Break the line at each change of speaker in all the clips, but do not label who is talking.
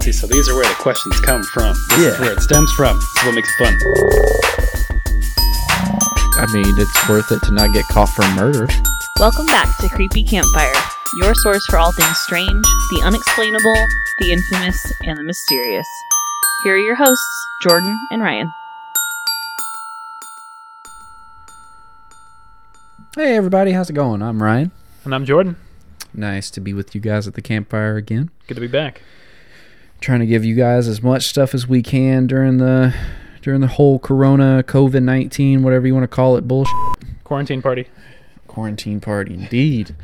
these, so these are where the questions come from. This is
Yeah.
where it stems from. This is what makes it fun.
I mean, it's worth it to not get caught for murder.
Welcome back to Creepy Campfire, your source for all things strange, the unexplainable, the infamous, and the mysterious. Here are your hosts, Jordan and Ryan.
Hey, everybody, how's it going? I'm Ryan.
And I'm Jordan.
Nice to be with you guys at the campfire again.
Good to be back.
Trying to give you guys as much stuff as we can during the during the whole Corona, COVID nineteen, whatever you want to call it, bullshit
Quarantine party.
quarantine party, indeed.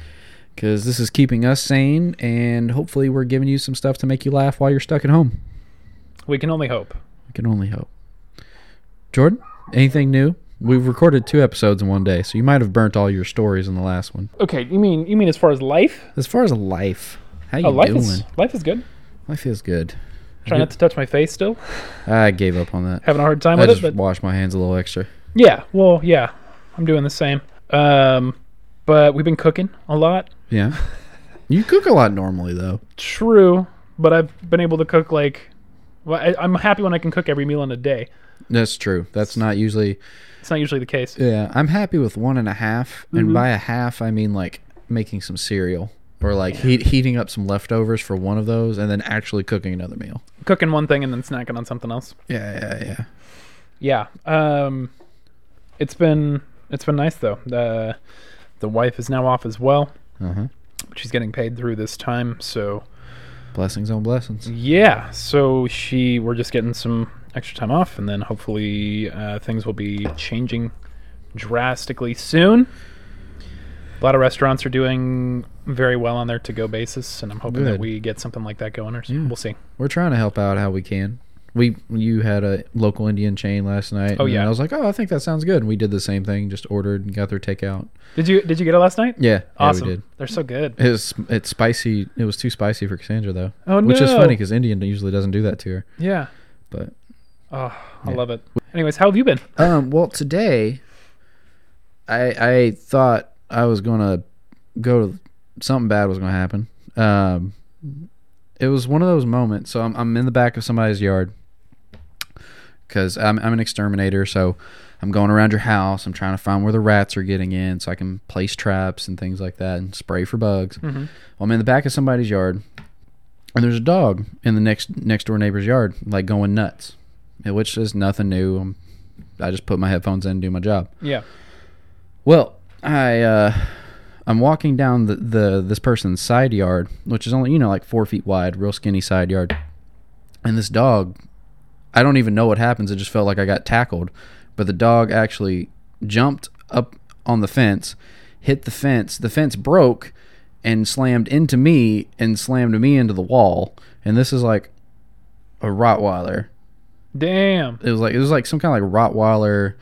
Because this is keeping us sane, and hopefully, we're giving you some stuff to make you laugh while you're stuck at home.
We can only hope.
I can only hope. Jordan, anything new? We've recorded two episodes in one day, so you might have burnt all your stories in the last one.
Okay, you mean you mean as far as life?
As far as life, how you
Oh, life
doing?
is life is good.
Life is good.
Trying not to touch my face still.
I gave up on that.
Having a hard time
I
with
just
it, but
washed my hands a little extra.
yeah. Well, yeah, I'm doing the same. Um, but we've been cooking a lot.
Yeah. You cook a lot normally though.
True, but I've been able to cook like. Well, I, I'm happy when I can cook every meal in a day.
That's true. That's not usually.
It's not usually the case.
Yeah, I'm happy with one and a half,
Mm-hmm.
and by a half I mean like making some cereal or like heat, heating up some leftovers for one of those, and then actually cooking another meal.
Cooking one thing and then snacking on something else.
Yeah, yeah, yeah.
Yeah. Um, it's been it's been nice though. The the wife is now off as well.
Uh huh.
She's getting paid through this time, so
Blessings on blessings.
yeah. So she we're just getting some extra time off, and then hopefully uh, things will be changing drastically soon. A lot of restaurants are doing very well on their to-go basis, and I'm hoping that
Good.
we get something like that going. Or
Yeah.
we'll see.
We're trying to help out how we can. We you had a local Indian chain last night.
Oh,
and
yeah.
I was like, oh, I think that sounds good. And we did the same thing. Just ordered and got their takeout.
Did you did you get it last night?
Yeah,
Awesome.
Yeah, we did.
They're so good.
It was it's spicy. It was too spicy for Cassandra though.
Oh,
Which is
no.
funny because Indian usually doesn't do that to her.
Yeah.
But
Oh, I
Yeah.
love it. Anyways, how have you been?
um, well, today I I thought I was gonna go to something bad was gonna happen. Um, it was one of those moments. So I'm I'm in the back of somebody's yard because I'm I'm an exterminator. So I'm going around your house. I'm trying to find where the rats are getting in, so I can place traps and things like that and spray for bugs.
Mhm.
Well, I'm in the back of somebody's yard, and there's a dog in the next next door neighbor's yard, like going nuts, which is nothing new. I'm, I just put my headphones in, do my job.
Yeah.
Well, I uh, I'm walking down the, the this person's side yard, which is only you know like four feet wide, real skinny side yard, and this dog, I don't even know what happens. It just felt like I got tackled, but the dog actually jumped up on the fence, hit the fence. The fence broke and slammed into me and slammed me into the wall. And this is like a Rottweiler
Damn.
it was like it was like some kind of like Rottweiler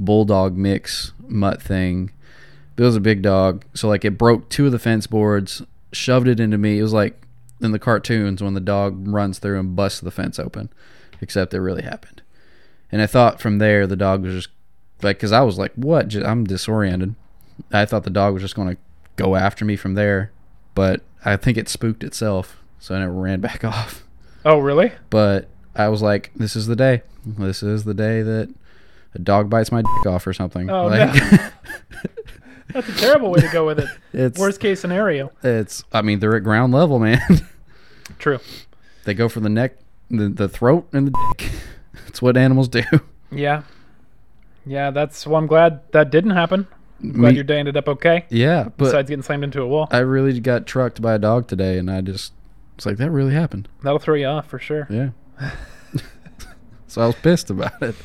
bulldog mix mutt thing. But it was a big dog, so like it broke two of the fence boards, shoved it into me. It was like in the cartoons when the dog runs through and busts the fence open, except it really happened. And I thought from there the dog was just like because I was like, what? Ju- I'm disoriented. I thought the dog was just going to go after me from there, but I think it spooked itself, so then it ran back off
Oh, really?
but I was like, this is the day. This is the day that a dog bites my dick off or something.
Oh,
like,
That's a terrible way to go with it.
it's
Worst case scenario.
it's. I mean, they're at ground level, man.
True.
they go for the neck, the, the throat, and the dick. That's what animals do.
Yeah. Yeah, that's well I'm glad that didn't happen. I'm glad
Me-
your day ended up okay.
yeah, but
besides getting slammed into a wall.
I really got trucked by a dog today, and I just it's like that really happened.
That'll throw you off for sure.
Yeah. so I was pissed about it.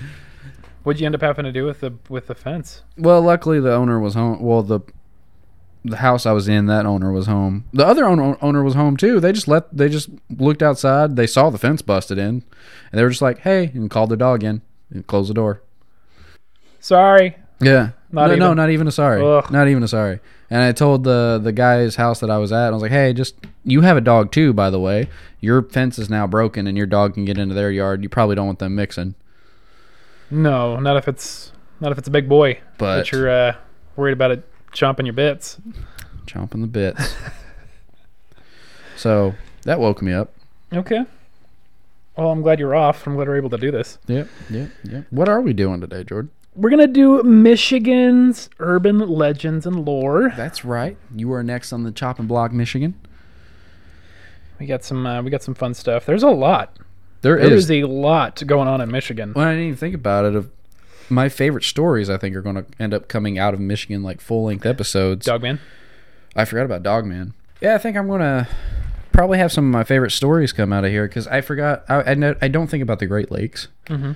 What'd you end up having to do with the with the fence?
Well, luckily the owner was home. Well, the the house I was in, that owner was home. The other owner owner was home too. They just let they just looked outside. They saw the fence busted in, and they were just like, "Hey," and called their dog in and closed the door.
Sorry.
Yeah,
Not
no, no,
even-
not even a sorry,
Ugh.
not even a sorry. And I told the the guy's house that I was at, I was like, "Hey, just you have a dog too, by the way. Your fence is now broken, and your dog can get into their yard. You probably don't want them mixing."
No, not if it's not if it's a big boy.
But
But you're uh, worried about it chomping your bits.
chomping the bits. so that woke me up.
Okay. Well, I'm glad you're off. I'm glad we're able to do this.
Yep, yep, yep. What are we doing today, Jordan?
We're gonna do Michigan's urban legends and lore.
That's right. You are next on the chopping block, Michigan.
We got some. Uh, we got some fun stuff. There's a lot.
There
There is
is.
a lot going on in Michigan.
When I didn't even think about it, of my favorite stories, I think are going to end up coming out of Michigan, like full length episodes.
Dogman.
I forgot about Dogman. Yeah, I think I'm gonna probably have some of my favorite stories come out of here because I forgot. I I, know, I don't think about the Great Lakes,
Mhm.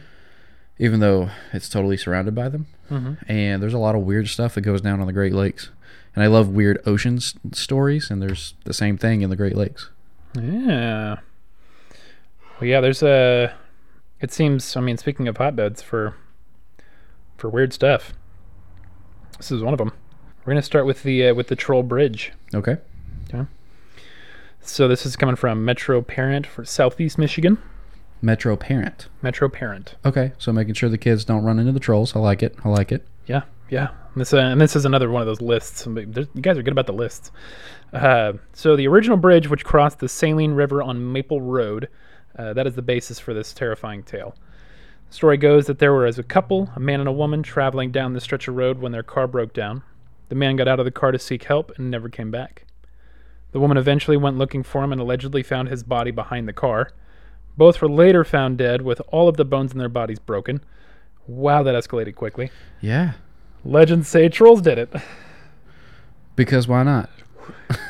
even though it's totally surrounded by them.
Mhm.
And there's a lot of weird stuff that goes down on the Great Lakes, and I love weird ocean s- stories. And there's the same thing in the Great Lakes.
Yeah. Well, yeah. There's a. It seems. I mean, speaking of hotbeds for. For weird stuff. This is one of them. We're gonna start with the uh, with the Troll Bridge.
Okay.
So this is coming from Metro Parent for Southeast Michigan.
Metro parent.
Metro Parent.
Okay, so making sure the kids don't run into the trolls. I like it. I like it.
Yeah, yeah. This uh, and this is another one of those lists. But there's- You guys are good about the lists. Uh, so the original bridge, which crossed the Saline River on Maple Road, uh, that is the basis for this terrifying tale. The story goes that there were as a couple, a man and a woman, traveling down the stretch of road when their car broke down. The man got out of the car to seek help and never came back. The woman eventually went looking for him and allegedly found his body behind the car. Both were later found dead with all of the bones in their bodies broken. Wow, that escalated quickly.
Yeah.
Legends say trolls did it.
Because why not?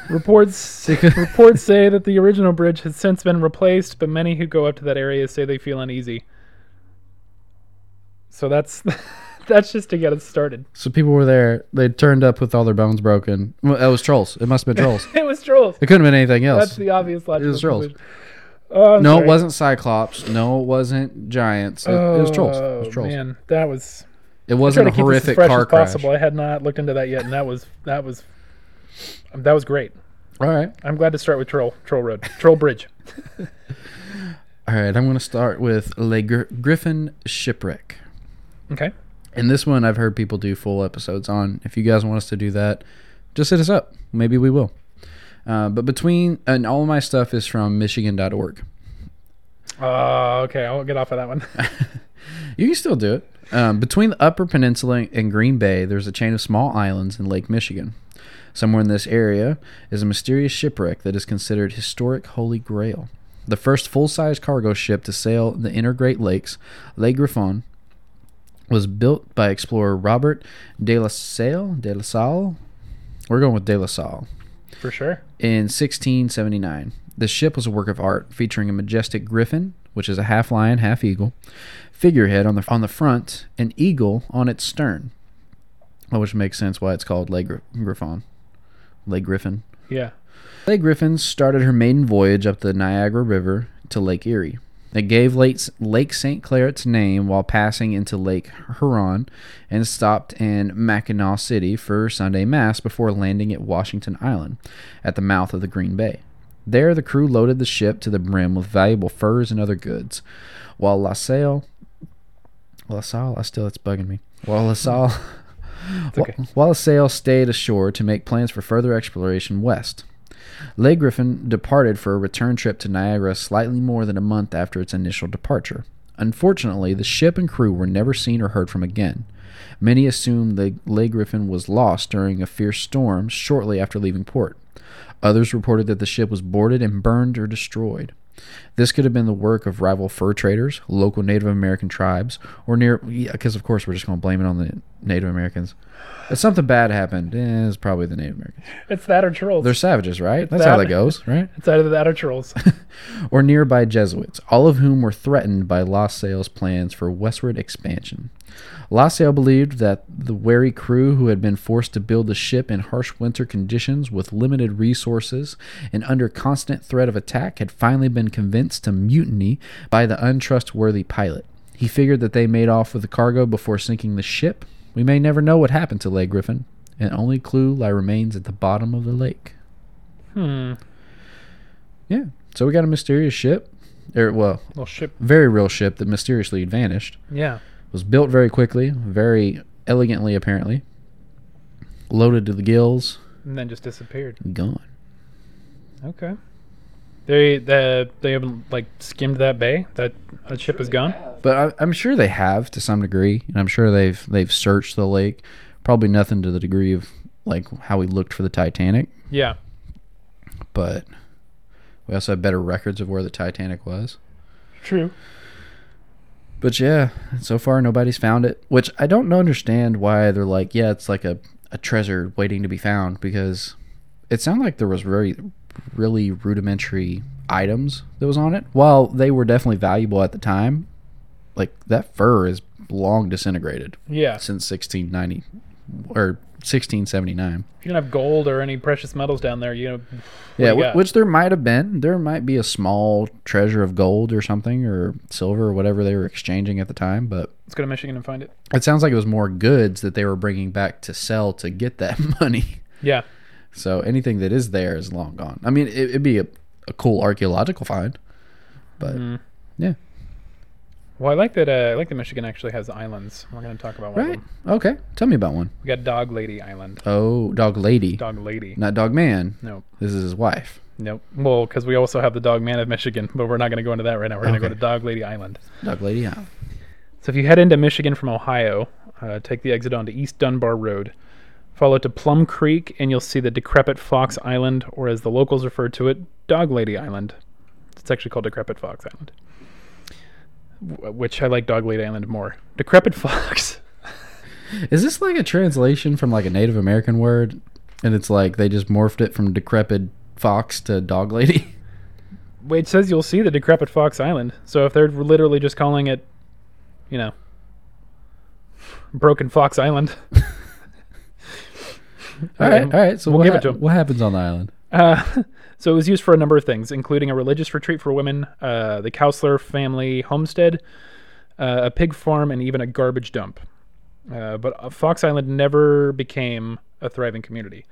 Reports reports say that the original bridge has since been replaced, but many who go up to that area say they feel uneasy. So that's that's just to get us started.
So people were there. They turned up with all their bones broken. Well, it was trolls. It must have been trolls.
It was trolls.
It couldn't have been anything else.
That's the obvious logical
was trolls.
conclusion. Oh, I'm
no,
sorry.
it wasn't Cyclops. No, it wasn't Giants. It, it was trolls. It was
Oh,
trolls.
Man, that was
It
trying
wasn't
to
a
keep this as
horrific
fresh
car
as
crash.
possible. I had not looked into that yet, and that was that was um, that was great.
All right,
I'm glad to start with troll troll road troll bridge.
all right. I'm going to start with Le Gr- Griffin shipwreck,
Okay,
and this one I've heard people do full episodes on. If you guys want us to do that, just hit us up. Maybe we will. Uh, but between and all of my stuff is from Michigan.org.
uh, okay, I'll get off of that one.
You can still do it. Um, between the Upper Peninsula and Green Bay, there's a chain of small islands in Lake Michigan. Somewhere in this area is a mysterious shipwreck that is considered historic Holy Grail. The first full size cargo ship to sail the inner Great Lakes, Lake Griffon, was built by explorer Robert de la Salle. De la Salle? We're going with de la Salle.
For sure.
In 1679. The ship was a work of art featuring a majestic griffin, which is a half lion, half eagle, figurehead on the on the front, an eagle on its stern, Oh, which makes sense why it's called Leg Griffon. Leg Griffin.
Yeah.
Lake Griffin started her maiden voyage up the Niagara River to Lake Erie. It gave Lake, Lake St. Clair its name while passing into Lake Huron and stopped in Mackinaw City for Sunday Mass before landing at Washington Island at the mouth of the Green Bay. There, the crew loaded the ship to the brim with valuable furs and other goods, while La Salle. La Salle, I still, it's bugging me. While La Salle.
okay.
While a sail stayed ashore to make plans for further exploration west, Lay Griffin departed for a return trip to Niagara slightly more than a month after its initial departure. Unfortunately, the ship and crew were never seen or heard from again. Many assumed the Lay Griffin was lost during a fierce storm shortly after leaving port. Others reported that the ship was boarded and burned or destroyed. This could have been the work of rival fur traders, local Native American tribes, or near. Because, of course, we're just going to blame it on the Native Americans. If something bad happened, eh, it's probably the Native Americans.
It's that or trolls.
They're savages, right? That's how
that.
that goes, right?
it's either that or trolls.
Or nearby Jesuits, all of whom were threatened by La Salle's plans for westward expansion. La Salle believed that the wary crew who had been forced to build the ship in harsh winter conditions with limited resources and under constant threat of attack had finally been convinced to mutiny by the untrustworthy pilot. He figured that they made off with the cargo before sinking the ship. We may never know what happened to Lay Griffin, and only clue lie remains at the bottom of the lake.
hmm.
Yeah. So we got a mysterious ship, or well,
Well, ship.
very real ship that mysteriously vanished.
Yeah.
Was built very quickly, very elegantly apparently. Loaded to the gills,
And then just disappeared.
gone.
Okay. They the they haven't like skimmed that bay. That that ship is gone.
But I, I'm sure they have to some degree, and I'm sure they've they've searched the lake. Probably nothing to the degree of like how we looked for the Titanic,
Yeah.
but we also have better records of where the Titanic was.
True.
But yeah, so far nobody's found it, which I don't understand why they're like, yeah, it's like a, a treasure waiting to be found because it sounded like there was very really rudimentary items that was on it. While they were definitely valuable at the time, like that fur is long disintegrated
Yeah.
since 1690 or 1679.
If you don't have gold or any precious metals down there, you know.
Yeah,
do you
wh-
got?
which there might have been. There might be a small treasure of gold or something or silver or whatever they were exchanging at the time, but
Let's go to Michigan and find it.
it sounds like it was more goods that they were bringing back to sell to get that money.
Yeah.
So anything that is there is long gone. I mean, it, it'd be a, a cool archaeological find, but
Mm-hmm.
yeah,
Well, I like that. Uh, I like that Michigan actually has islands. We're going to talk about one
right?
of them.
Okay, tell me about one.
We got Dog Lady Island.
Oh, dog lady,
Dog Lady.
not dog man.
No,
This is his wife.
no. Well, because we also have the Dog Man of Michigan, but we're not going to go into that right now. We're going to
Okay.
go to Dog Lady Island.
Dog lady, huh?
So if you head into Michigan from Ohio, uh, take the exit onto East Dunbar Road. Follow to Plum Creek, and you'll see the decrepit Fox Island, or as the locals refer to it, Dog Lady Island. It's actually called Decrepit Fox Island, w- which I like Dog Lady Island more. Decrepit Fox.
Is this like a translation from like a Native American word, and it's like they just morphed it from decrepit fox to dog lady?
Wait, it says you'll see the decrepit Fox Island. So if they're literally just calling it, you know, Broken Fox Island.
all right, all right. So
We'll
what
give it
hap-
to 'em.
What happens on the island?
Uh, so it was used for a number of things, including a religious retreat for women, uh, the Kausler family homestead, uh, a pig farm, and even a garbage dump. Uh, but uh, Fox Island never became a thriving community.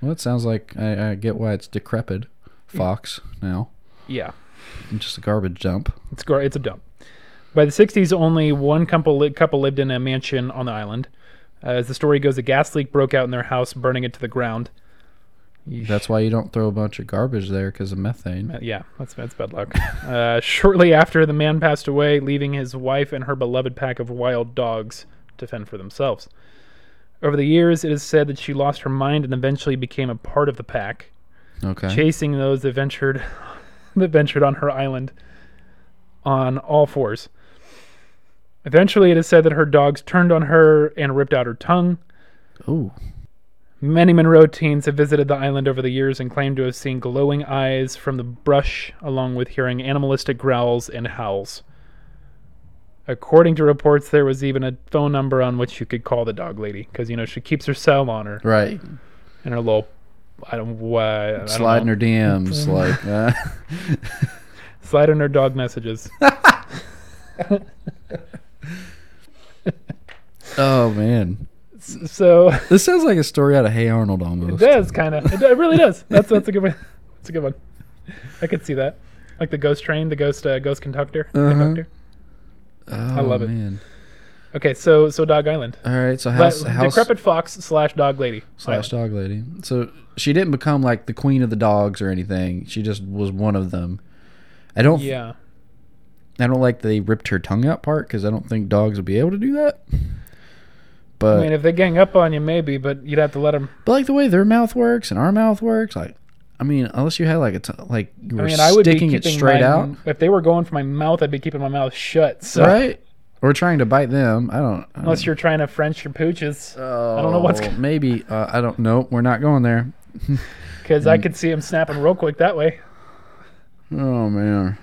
Well, it sounds like I, I get why it's decrepit fox now.
Yeah,
and just a garbage dump.
it's gar- it's a dump. By the 60s, only one couple li- couple lived in a mansion on the island. Uh, as the story goes, a gas leak broke out in their house, burning it to the ground. Yeesh.
That's why you don't throw a bunch of garbage there because of methane.
Uh, yeah, that's that's bad luck. uh, shortly after, the man passed away, leaving his wife and her beloved pack of wild dogs to fend for themselves. Over the years, it is said that she lost her mind and eventually became a part of the pack,
Okay.
chasing those that ventured that ventured on her island on all fours. Eventually, it is said that her dogs turned on her and ripped out her tongue.
Ooh.
Many Monroe teens have visited the island over the years and claim to have seen glowing eyes from the brush, along with hearing animalistic growls and howls. According to reports, there was even a phone number on which you could call the dog lady because you know she keeps her cell on her
Right.
and her little. I don't why I don't
Sliding
know,
her DMs like. Uh,
sliding her dog messages.
oh man,
so
this sounds like a story out of Hey Arnold almost.
it does kind of. It, it really does. That's that's a good one. That's a good one. I could see that, like the ghost train, the ghost uh, ghost conductor.
Uh-huh.
conductor.
Oh,
love it.
Man.
Okay, so so Dog Island.
All right. So
But
house, house
decrepit fox slash dog lady
slash dog lady. So she didn't become like the queen of the dogs or anything. She just was one of them. I don't.
yeah
I don't like they ripped her tongue out part because I don't think dogs would be able to do that. But
i mean if they gang up on you maybe but you'd have to let them
But like the way their mouth works and our mouth works, like I mean, unless you had like a t- like you
i
were
mean i would be
sticking
keeping
it straight
my,
out,
if they were going for my mouth i'd be keeping my mouth shut so
right? Or trying to bite them. I don't. I
unless you're trying to french your pooches i don't know what's
Oh, maybe. Uh, I don't. know. we're not going there.
because i could see them snapping real quick that way
Oh man.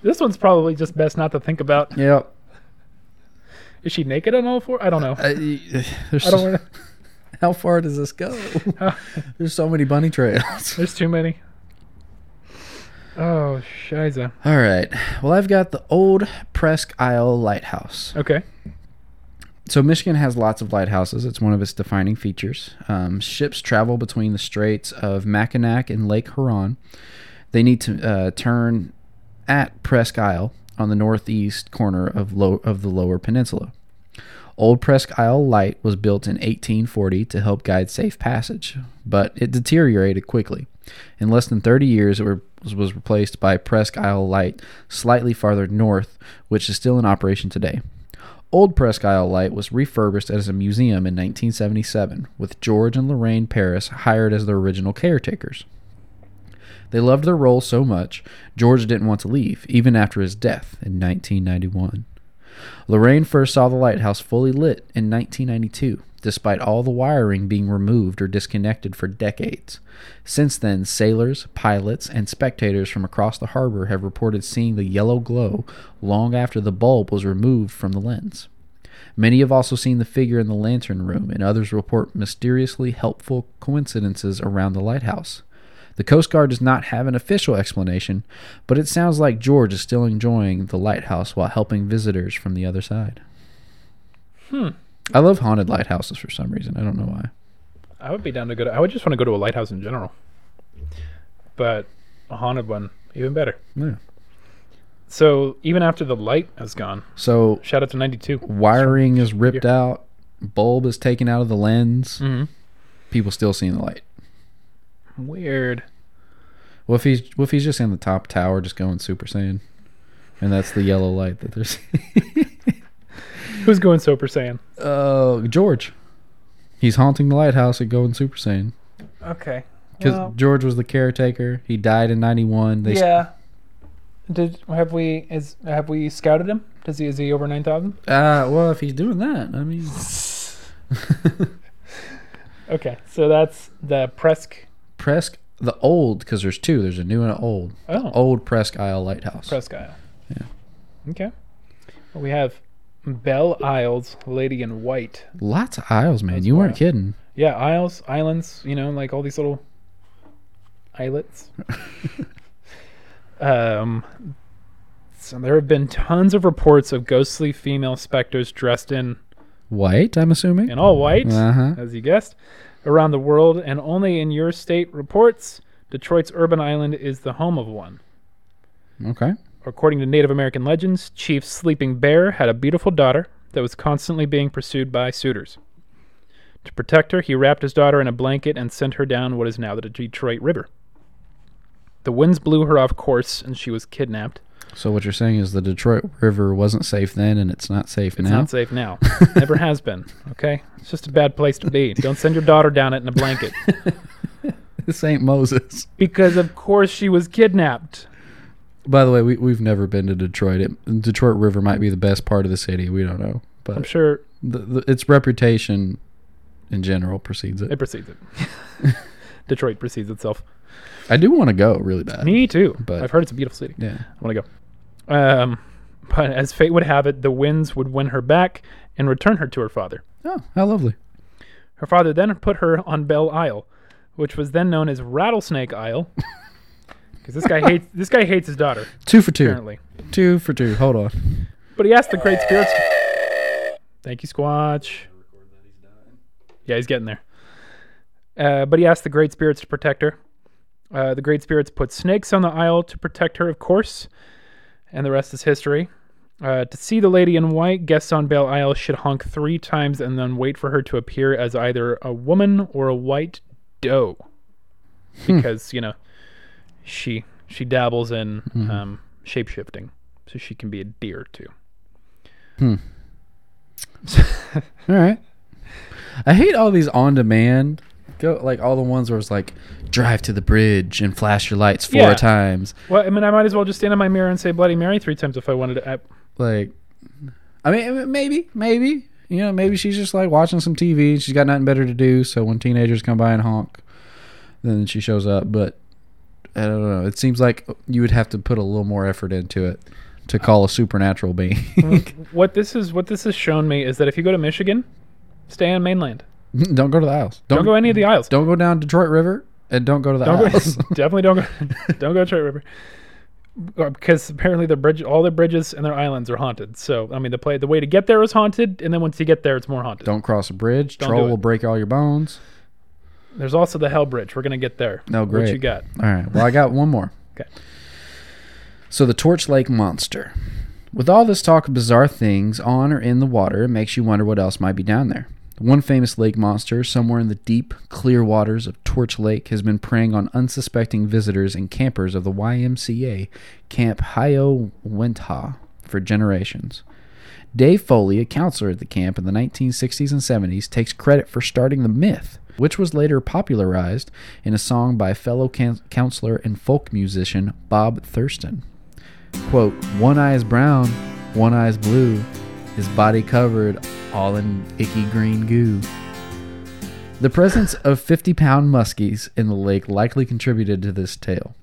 this one's probably just best not to think about
Yep.
is she naked on all four i don't know
I, there's
i don't wanna,
how far does this go? there's so many bunny trails.
there's too many oh shiza
All right. Well, I've got the old Presque Isle Lighthouse.
okay
So Michigan has lots of lighthouses. It's one of its defining features. Um, ships travel between the Straits of Mackinac and Lake Huron. They need to uh, turn at Presque Isle on the northeast corner of low, of the Lower Peninsula. Old Presque Isle Light was built in 1840 to help guide safe passage, but it deteriorated quickly. In less than 30 years, it were- was replaced by Presque Isle Light, slightly farther north, which is still in operation today. Old Presque Isle Light was refurbished as a museum in 1977, with George and Lorraine Paris hired as their original caretakers. They loved their role so much, George didn't want to leave, even after his death in 1991. Lorraine first saw the lighthouse fully lit in 1992, despite all the wiring being removed or disconnected for decades. Since then, sailors, pilots, and spectators from across the harbor have reported seeing the yellow glow long after the bulb was removed from the lens. Many have also seen the figure in the lantern room, and others report mysteriously helpful coincidences around the lighthouse. The Coast Guard does not have an official explanation, but it sounds like George is still enjoying the lighthouse while helping visitors from the other side. Hmm. I love haunted lighthouses for some reason. I don't know why.
I would be down to go. To, I would just want to go to a lighthouse in general, but a haunted one even better.
Yeah.
So even after the light has gone,
So
shout out to ninety two.
wiring is ripped out, bulb is taken out of the lens.
Mm-hmm.
People still seeing the light.
Weird.
Well, if he's well, if he's just in the top tower, just going Super Saiyan, and that's the yellow light that they're seeing.
Who's going Super Saiyan?
uh, George, he's haunting the lighthouse and going Super Saiyan.
Okay.
Because George was the caretaker. He died in '91. They
yeah. Did have we is have we scouted him? Does he is he over nine thousand?
Uh, well, if he's doing that, I mean,
Okay, so that's the Presque.
Presque the old because there's two. There's a new and an old.
Oh,
Old Presque Isle Lighthouse.
Presque Isle. Yeah. Okay. Well, we have Belle Isles, Lady in White.
Lots of isles, man.
That's
you weren't
wild.
kidding.
Yeah, isles, islands. You know, like all these little islets. um. So there have been tons of reports of ghostly female specters dressed in
White, I'm assuming.
in all white.
Uh huh.
as you guessed, around the world, and only in your state reports, Detroit's urban island is the home of one.
Okay.
According to Native American legends, Chief Sleeping Bear had a beautiful daughter that was constantly being pursued by suitors. To protect her, he wrapped his daughter in a blanket and sent her down what is now the Detroit River. The winds blew her off course and she was kidnapped.
So what you're saying is the Detroit River wasn't safe then, and it's not safe
It's
now.
not safe now. Never has been. Okay? It's just a bad place to be. Don't send your daughter down it in a blanket.
this ain't Moses.
because, of course, she was kidnapped.
By the way, we we've never been to Detroit. It, Detroit River might be the best part of the city. We don't know,
I'm
but
sure
the, the, its reputation in general precedes it.
It precedes it. Detroit precedes itself.
I do want to go really bad.
Me too.
But-
I've heard it's a beautiful city.
Yeah.
I want to go. Um, but as fate would have it, the winds would win her back and return her to her father.
Oh, how lovely.
Her father then put her on Belle Isle, which was then known as Rattlesnake Isle, because this guy hates this guy hates his daughter
Two for two.
apparently.
Two for two. Hold on.
But he asked the great spirits. to- Thank you, Squatch. Yeah, he's getting there. Uh, but he asked the great spirits to protect her. Uh, the great spirits put snakes on the isle to protect her, of course, and the rest is history. Uh, to see the lady in white, guests on Belle Isle should honk three times and then wait for her to appear as either a woman or a white doe, because you know she she dabbles in um, shape shifting, so she can be a deer too.
All right. I hate all these on demand. Go like all the ones where it's like drive to the bridge and flash your lights four
Yeah.
times.
Well, I mean, I might as well just stand in my mirror and say Bloody Mary three times if I wanted to. I,
Like, I mean, maybe, maybe you know, maybe she's just like watching some TV. She's got nothing better to do. So when teenagers come by and honk, then she shows up. But I don't know. It seems like you would have to put a little more effort into it to call a supernatural being.
what this is, what this has shown me is that if you go to Michigan, stay on mainland.
don't go to the aisles.
Don't go any of the aisles.
Don't go down Detroit River and don't go to the
Don't go,
house.
definitely don't go. Don't go to Detroit River because apparently the bridge, all the bridges and their islands are haunted. So I mean, the play, the way to get there is haunted, and then once you get there, it's more haunted.
don't cross a bridge.
Don't do
Troll
it.
will break all your bones.
There's also the Hell Bridge. We're gonna get there.
No,
What
great.
you got?
All right. Well, I got one more.
Okay.
So the Torch Lake Monster. With all this talk of bizarre things on or in the water, it makes you wonder what else might be down there. One famous lake monster, somewhere in the deep, clear waters of Torch Lake, has been preying on unsuspecting visitors and campers of the YMCA Camp Hayowentha for generations. Dave Foley, a counselor at the camp in the 1960s and 70s, takes credit for starting the myth, which was later popularized in a song by fellow can- counselor and folk musician Bob Thurston. Quote, One eye is brown, one eye is blue, his body covered all in icky green goo. The presence of 50 pound muskies in the lake likely contributed to this tale.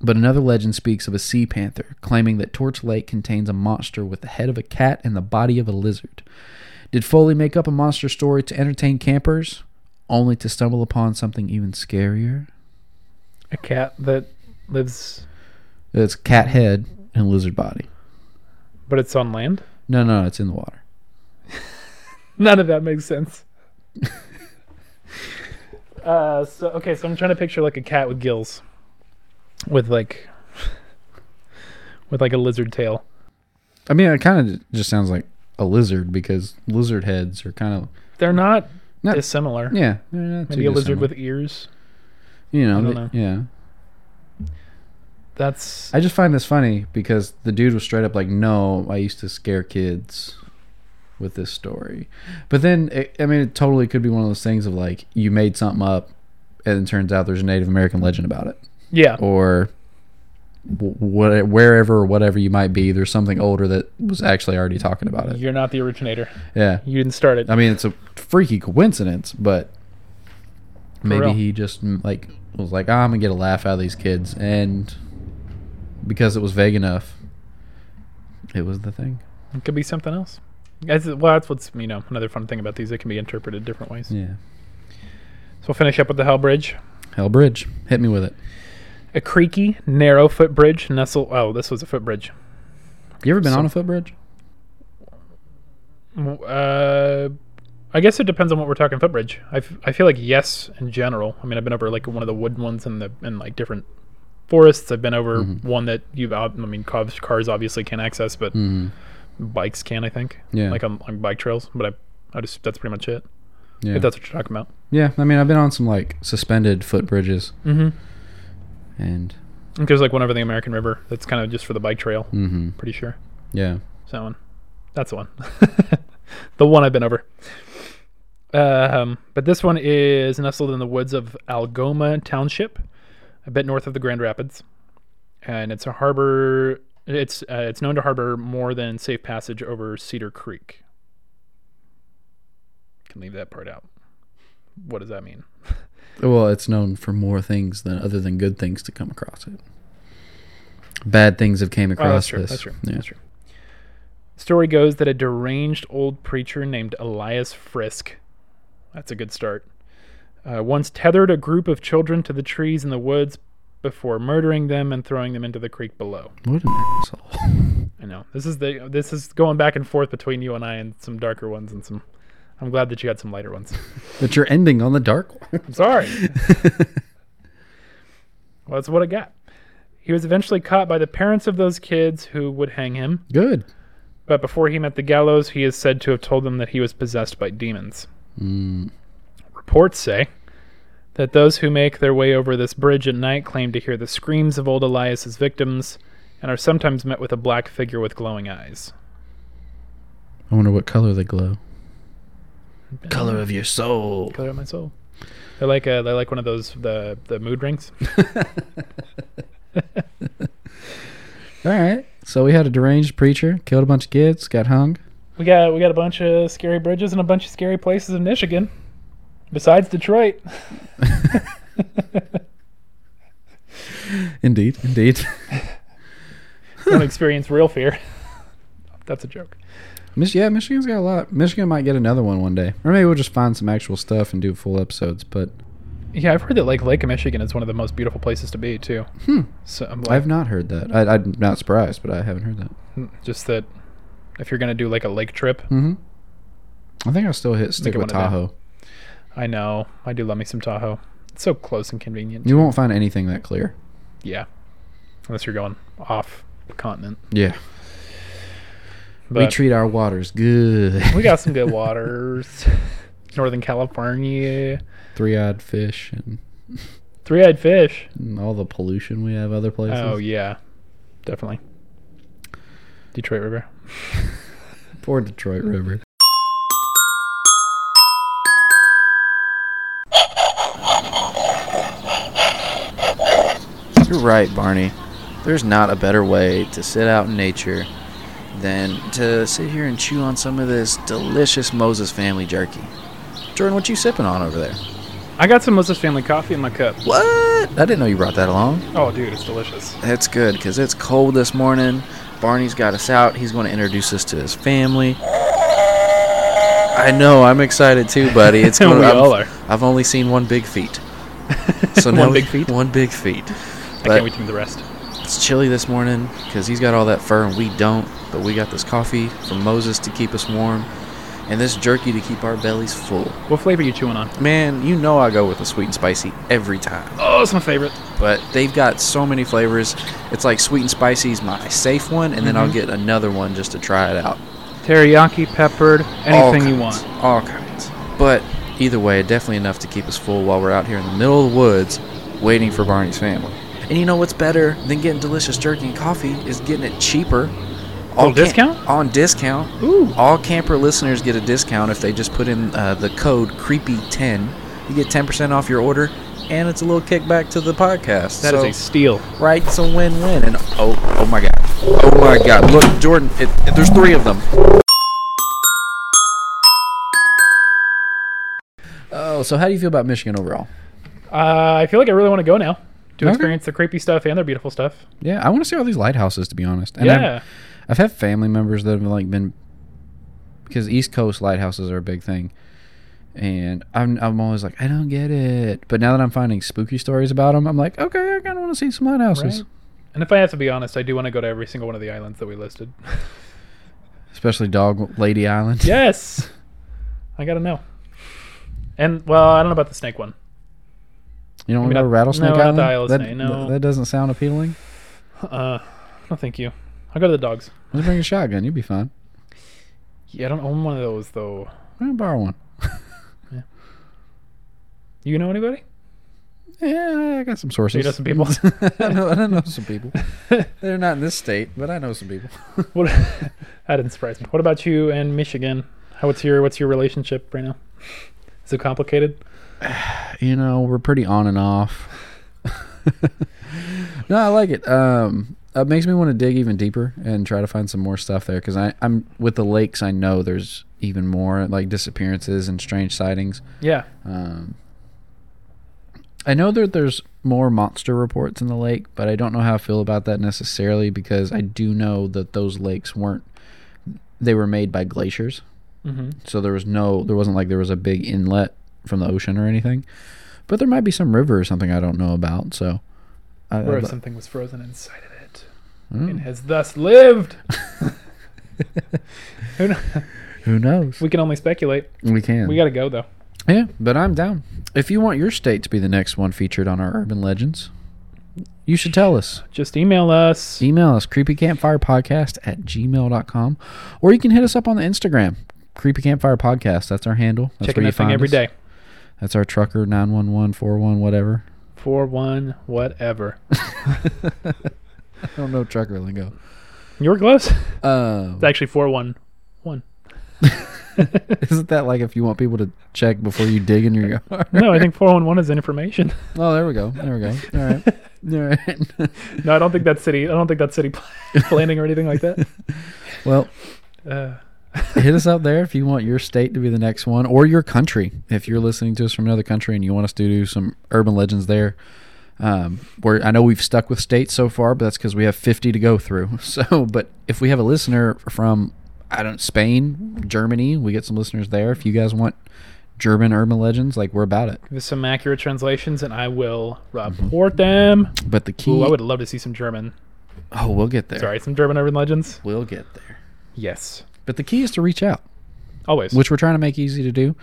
But another legend speaks of a sea panther, claiming that Torch Lake contains a monster with the head of a cat and the body of a lizard. Did Foley make up a monster story to entertain campers, only to stumble upon something even scarier?
A cat that lives,
It's cat head and lizard body.
but it's on land.
No, no, it's in the water.
None of that makes sense. uh, so okay, so I'm trying to picture like a cat with gills, with like, with like a lizard tail.
I mean, it kind of just sounds like a lizard because lizard heads are kind of
They're not
No.
dissimilar.
yeah, they're not too
Maybe a lizard
dissimilar.
with ears.
you know,
I don't
they-
know.
yeah.
That's
I just find this funny because the dude was straight up like, "No, I used to scare kids with this story," but then it, I mean, it totally could be one of those things of like you made something up, and it turns out there's a Native American legend about it,
yeah.
or wh- what, wherever or whatever you might be, there's something older that was actually already talking about it.
You're not the originator.
Yeah,
You didn't start it.
I mean, it's a freaky coincidence, but maybe
real.
he just mm, like was like, "Ah, I'm gonna get a laugh out of these kids, and because it was vague enough, it was the thing.
It could be something else. That's, well, that's what's you know another fun thing about these. It can be interpreted different ways.
Yeah,
So we'll finish up with the Hell Bridge.
Hell Bridge, hit me with it.
A creaky, narrow footbridge nestled. Oh, this was a footbridge.
You ever been
So-
on a footbridge?
Uh, I guess it depends on what we're talking footbridge. I, f- I feel like yes in general. I mean, I've been over like one of the wooden ones in the in like different forests. I've been over
Mm-hmm.
one that you've ob- I mean cars, cars obviously can't access, but bikes can I think.
Mm. Yeah.
Like on, on bike trails, but I I just that's pretty much it.
Yeah,
If that's what you're talking about.
yeah. I mean, I've been on some like suspended footbridges,
Mhm.
and
I think There's like one over the American River that's kind of just for the bike trail.
mm-hmm,
Pretty sure.
yeah,
It's that one. That's the one. the one I've been over. Um, but this one is nestled in the woods of Algoma Township, a bit north of the Grand Rapids, and it's a harbor. It's uh, it's known to harbor more than safe passage over Cedar Creek. Can leave that part out. What does that mean?
Well, it's known for more things than other than good things to come across it. Bad things have came across
Oh, that's true.
this.
That's true.
Yeah.
That's true. Story goes that a deranged old preacher named Elias Frisk, that's a good start, uh, once tethered a group of children to the trees in the woods before murdering them and throwing them into the creek below.
What an asshole.
I know this is the this is going back and forth between you and I and some darker ones and some. I'm glad that you got some lighter ones.
But you're ending on the dark one.
I'm sorry. well, that's what I got. He was eventually caught by the parents of those kids who would hang him.
Good.
But before he met the gallows, he is said to have told them that he was possessed by demons.
Hmm.
Reports say that those who make their way over this bridge at night claim to hear the screams of old Elias's victims and are sometimes met with a black figure with glowing eyes.
I wonder what color they glow. Color of your soul.
Color of my soul. They're like uh they're like one of those the the mood rings.
All right. So we had a deranged preacher, killed a bunch of kids, got hung.
We got we got a bunch of scary bridges and a bunch of scary places in Michigan, besides Detroit.
Indeed. Indeed.
Don't experience real fear. That's a joke.
Mich- yeah, Michigan's got a lot. Michigan might get another one one day. Or maybe we'll just find some actual stuff and do full episodes. But
Yeah, I've heard that like Lake Michigan is one of the most beautiful places to be too. Hmm. So I'm like, "Hmm,
I've not heard that. I, I'm not surprised, but I haven't heard that.
just that if you're gonna do like a lake trip,
Mm-hmm. I think I'll still hit stick
it
with
one of them.
Tahoe.
I know I do love me some Tahoe. It's so close and convenient.
You won't find anything that clear.
Yeah, unless you're going off continent.
Yeah.
But
we treat our waters good.
we got some good waters. Northern California.
Three-eyed fish and,
Three eyed fish.
and all the pollution we have other places.
Oh, yeah. Definitely. Detroit River.
Poor Detroit River. You're right, Barney. There's not a better way to sit out in nature than to sit here and chew on some of this delicious Moses family jerky. Jordan, what you sipping on over there?
I got some Moses Family coffee in my cup.
What? I didn't know you brought that along.
Oh, dude, it's delicious.
That's good because it's cold this morning. Barney's got us out. He's going to introduce us to his family. I know. I'm excited too, buddy. It's
We
going. to
all are.
I've only seen one big feet. So
One
now we-
big feet?
One big feet.
I
But
can't wait to meet the rest.
it's chilly this morning because he's got all that fur and we don't. But we got this coffee from Moses to keep us warm, and this jerky to keep our bellies full.
What flavor are you chewing on?
Man, you know I go with the sweet and spicy every time.
Oh, it's my favorite.
but they've got so many flavors. It's like sweet and spicy is my safe one, and then
Mm-hmm.
I'll get another one just to try it out.
Teriyaki, peppered,
All
anything you
kinds,
want.
all kinds. But either way, definitely enough to keep us full while we're out here in the middle of the woods, waiting for Barney's family. And you know what's better than getting delicious jerky and coffee is getting it cheaper.
On discount?
On discount.
Ooh.
All camper listeners get a discount if they just put in uh, the code creepy10. You get 10% off your order, and it's a little kickback to the podcast.
That is
so
a steal.
right? It's a win-win. And oh, oh my god, oh my god! Look, Jordan, it, it- there's three of them. Oh, so how do you feel about Michigan overall?
Uh, I feel like I really want to go now to
Okay.
experience the creepy stuff and their beautiful stuff.
Yeah, I want to see all these lighthouses to be honest. And
yeah.
I've, I've had family members that have like been because East Coast lighthouses are a big thing. And I'm, I'm always like I don't get it, but now that I'm finding spooky stories about them, I'm like okay, I kind of want to see some lighthouses,
Right. And if I have to be honest, I do want to go to every single one of the islands that we listed.
especially Dog Lady Island.
yes. I got to know. And, well, I don't know about the snake one.
You don't
Maybe
want to go
not-
to Rattlesnake
no, not
Island?
the Isle of
that,
Snake, no.
th- that doesn't sound appealing.
Uh, no, thank you. I'll go to the dogs.
Let's bring a shotgun. You'd be fine.
Yeah, I don't own one of those, though.
I'm gonna borrow one.
You know anybody?
Yeah, I got some sources.
You know some people?
I, know, I know some people. They're not in this state, but I know some people.
What, that didn't surprise me. What about you and Michigan? How what's your what's your relationship right now? Is it complicated?
You know, we're pretty on and off. no, I like it. Um, it makes me want to dig even deeper and try to find some more stuff there because I'm with the lakes. I know there's even more like disappearances and strange sightings.
Yeah.
Um, I know that there's more monster reports in the lake, but I don't know how I feel about that necessarily because I do know that those lakes weren't they were made by glaciers.
hmm
So there was no there wasn't like there was a big inlet from the ocean or anything. But there might be some river or something I don't know about, so uh, I,
Or
I'd-
if something was frozen inside of it
Mm.
and has thus lived. Who kno-
who knows?
we can only speculate.
We can.
We got to go though.
yeah, but I'm down. If you want your state to be the next one featured on our urban legends, you should tell us.
Just email us.
email us creepycampfirepodcast at gmail.com or you can hit us up on the instagram creepy campfire podcast that's our handle that's
Checking
where you
that thing
find
every
us.
day.
that's our trucker 911 41 whatever
Four one whatever.
i don't know trucker lingo
You were close.
uh,
It's actually four one one.
isn't that like if you want people to check before you dig in your yard
No, I think four one one is information.
oh there we go there we go all right all right
No, I don't think that's city. I don't think that's city planning or anything like that.
well
Uh,
hit us up there if you want your state to be the next one or your country if you're listening to us from another country and you want us to do some urban legends there um, where i know we've stuck with states so far but that's because we have 50 to go through so but if we have a listener from i don't spain germany we get some listeners there if you guys want german urban legends like we're about it
with some accurate translations, and I will
Mm-hmm.
report them.
but the key
Ooh, I would love to see some German.
oh we'll get there
Sorry, some German urban legends.
we'll get there
Yes,
but the key is to reach out
always.
which we're trying to make easy to do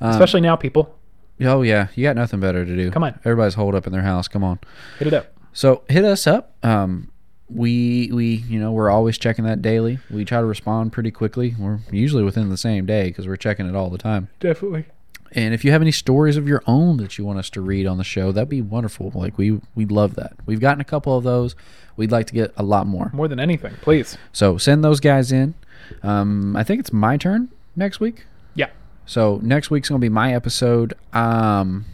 um,
Especially now, people
oh yeah you got nothing better to do
Come on.
everybody's holed up in their house come on
hit it up.
So hit us up. Um, we we you know we're always checking that daily. We try to respond pretty quickly. We're usually within the same day because we're checking it all the time.
Definitely.
And if you have any stories of your own that you want us to read on the show, that'd be wonderful. Like we we love that. We've gotten a couple of those. We'd like to get a lot more.
More than anything, please.
So send those guys in. Um, I think it's my turn next week.
Yeah.
So next week's gonna be my episode. Um,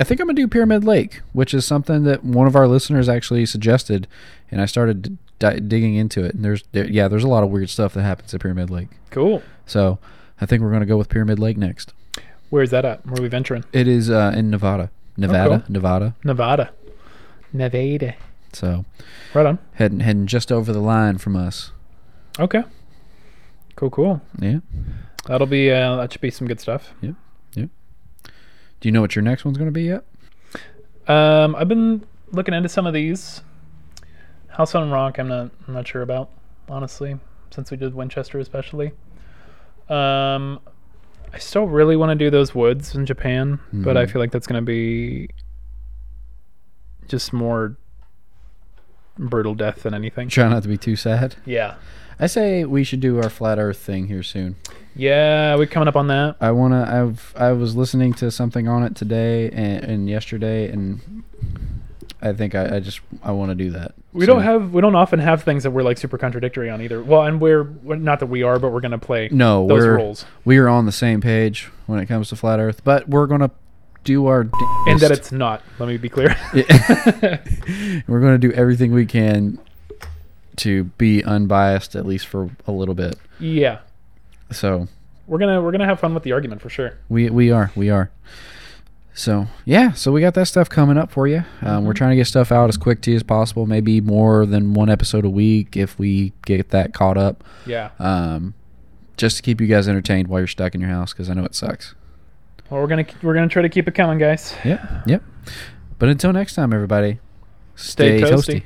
I think I'm gonna do Pyramid Lake, which is something that one of our listeners actually suggested, and I started d- di- digging into it. And there's there, yeah, there's a lot of weird stuff that happens at Pyramid Lake.
Cool.
So I think we're gonna go with Pyramid Lake next.
Where's that at? Where are we venturing?
It is uh, in Nevada, Nevada,
cool.
Nevada.
Nevada. Nevada.
So
Right on.
heading heading just over the line from us.
Okay. Cool, cool.
Yeah.
That'll be uh, that should be some good stuff.
Do you know what your next one's gonna be yet?
Um, I've been looking into some of these. House on Rock, I'm not I'm not sure about honestly, since we did Winchester especially. Um, I still really want to do those woods in Japan, but
Mm-hmm.
I feel like that's gonna be just more brutal death than anything.
Try not to be too sad.
Yeah,
I say we should do our flat Earth thing here soon.
yeah, we're coming up on that.
I wanna. I've. I was listening to something on it today and, and yesterday, and I think I, I just I want to do that.
We
So-
don't have we don't often have things that we're like super contradictory on either. Well, and we're we're- not that we are, but we're gonna play
No,
those
we're
roles,
we are on the same page when it comes to flat Earth, but we're gonna do our
and that
damnedest.
it's not. Let me be clear.
we're gonna do everything we can to be unbiased at least for a little bit.
yeah,
So
we're gonna we're gonna have fun with the argument for sure.
We we are we are. So yeah, so we got that stuff coming up for you. Um,
Mm-hmm.
We're trying to get stuff out as quick to you as possible. Maybe more than one episode a week if we get that caught up.
Yeah.
Um, just to keep you guys entertained while you're stuck in your house because I know it sucks.
Well, we're gonna we're gonna try to keep it coming, guys.
Yep, yep. But until next time, everybody,
Stay toasty.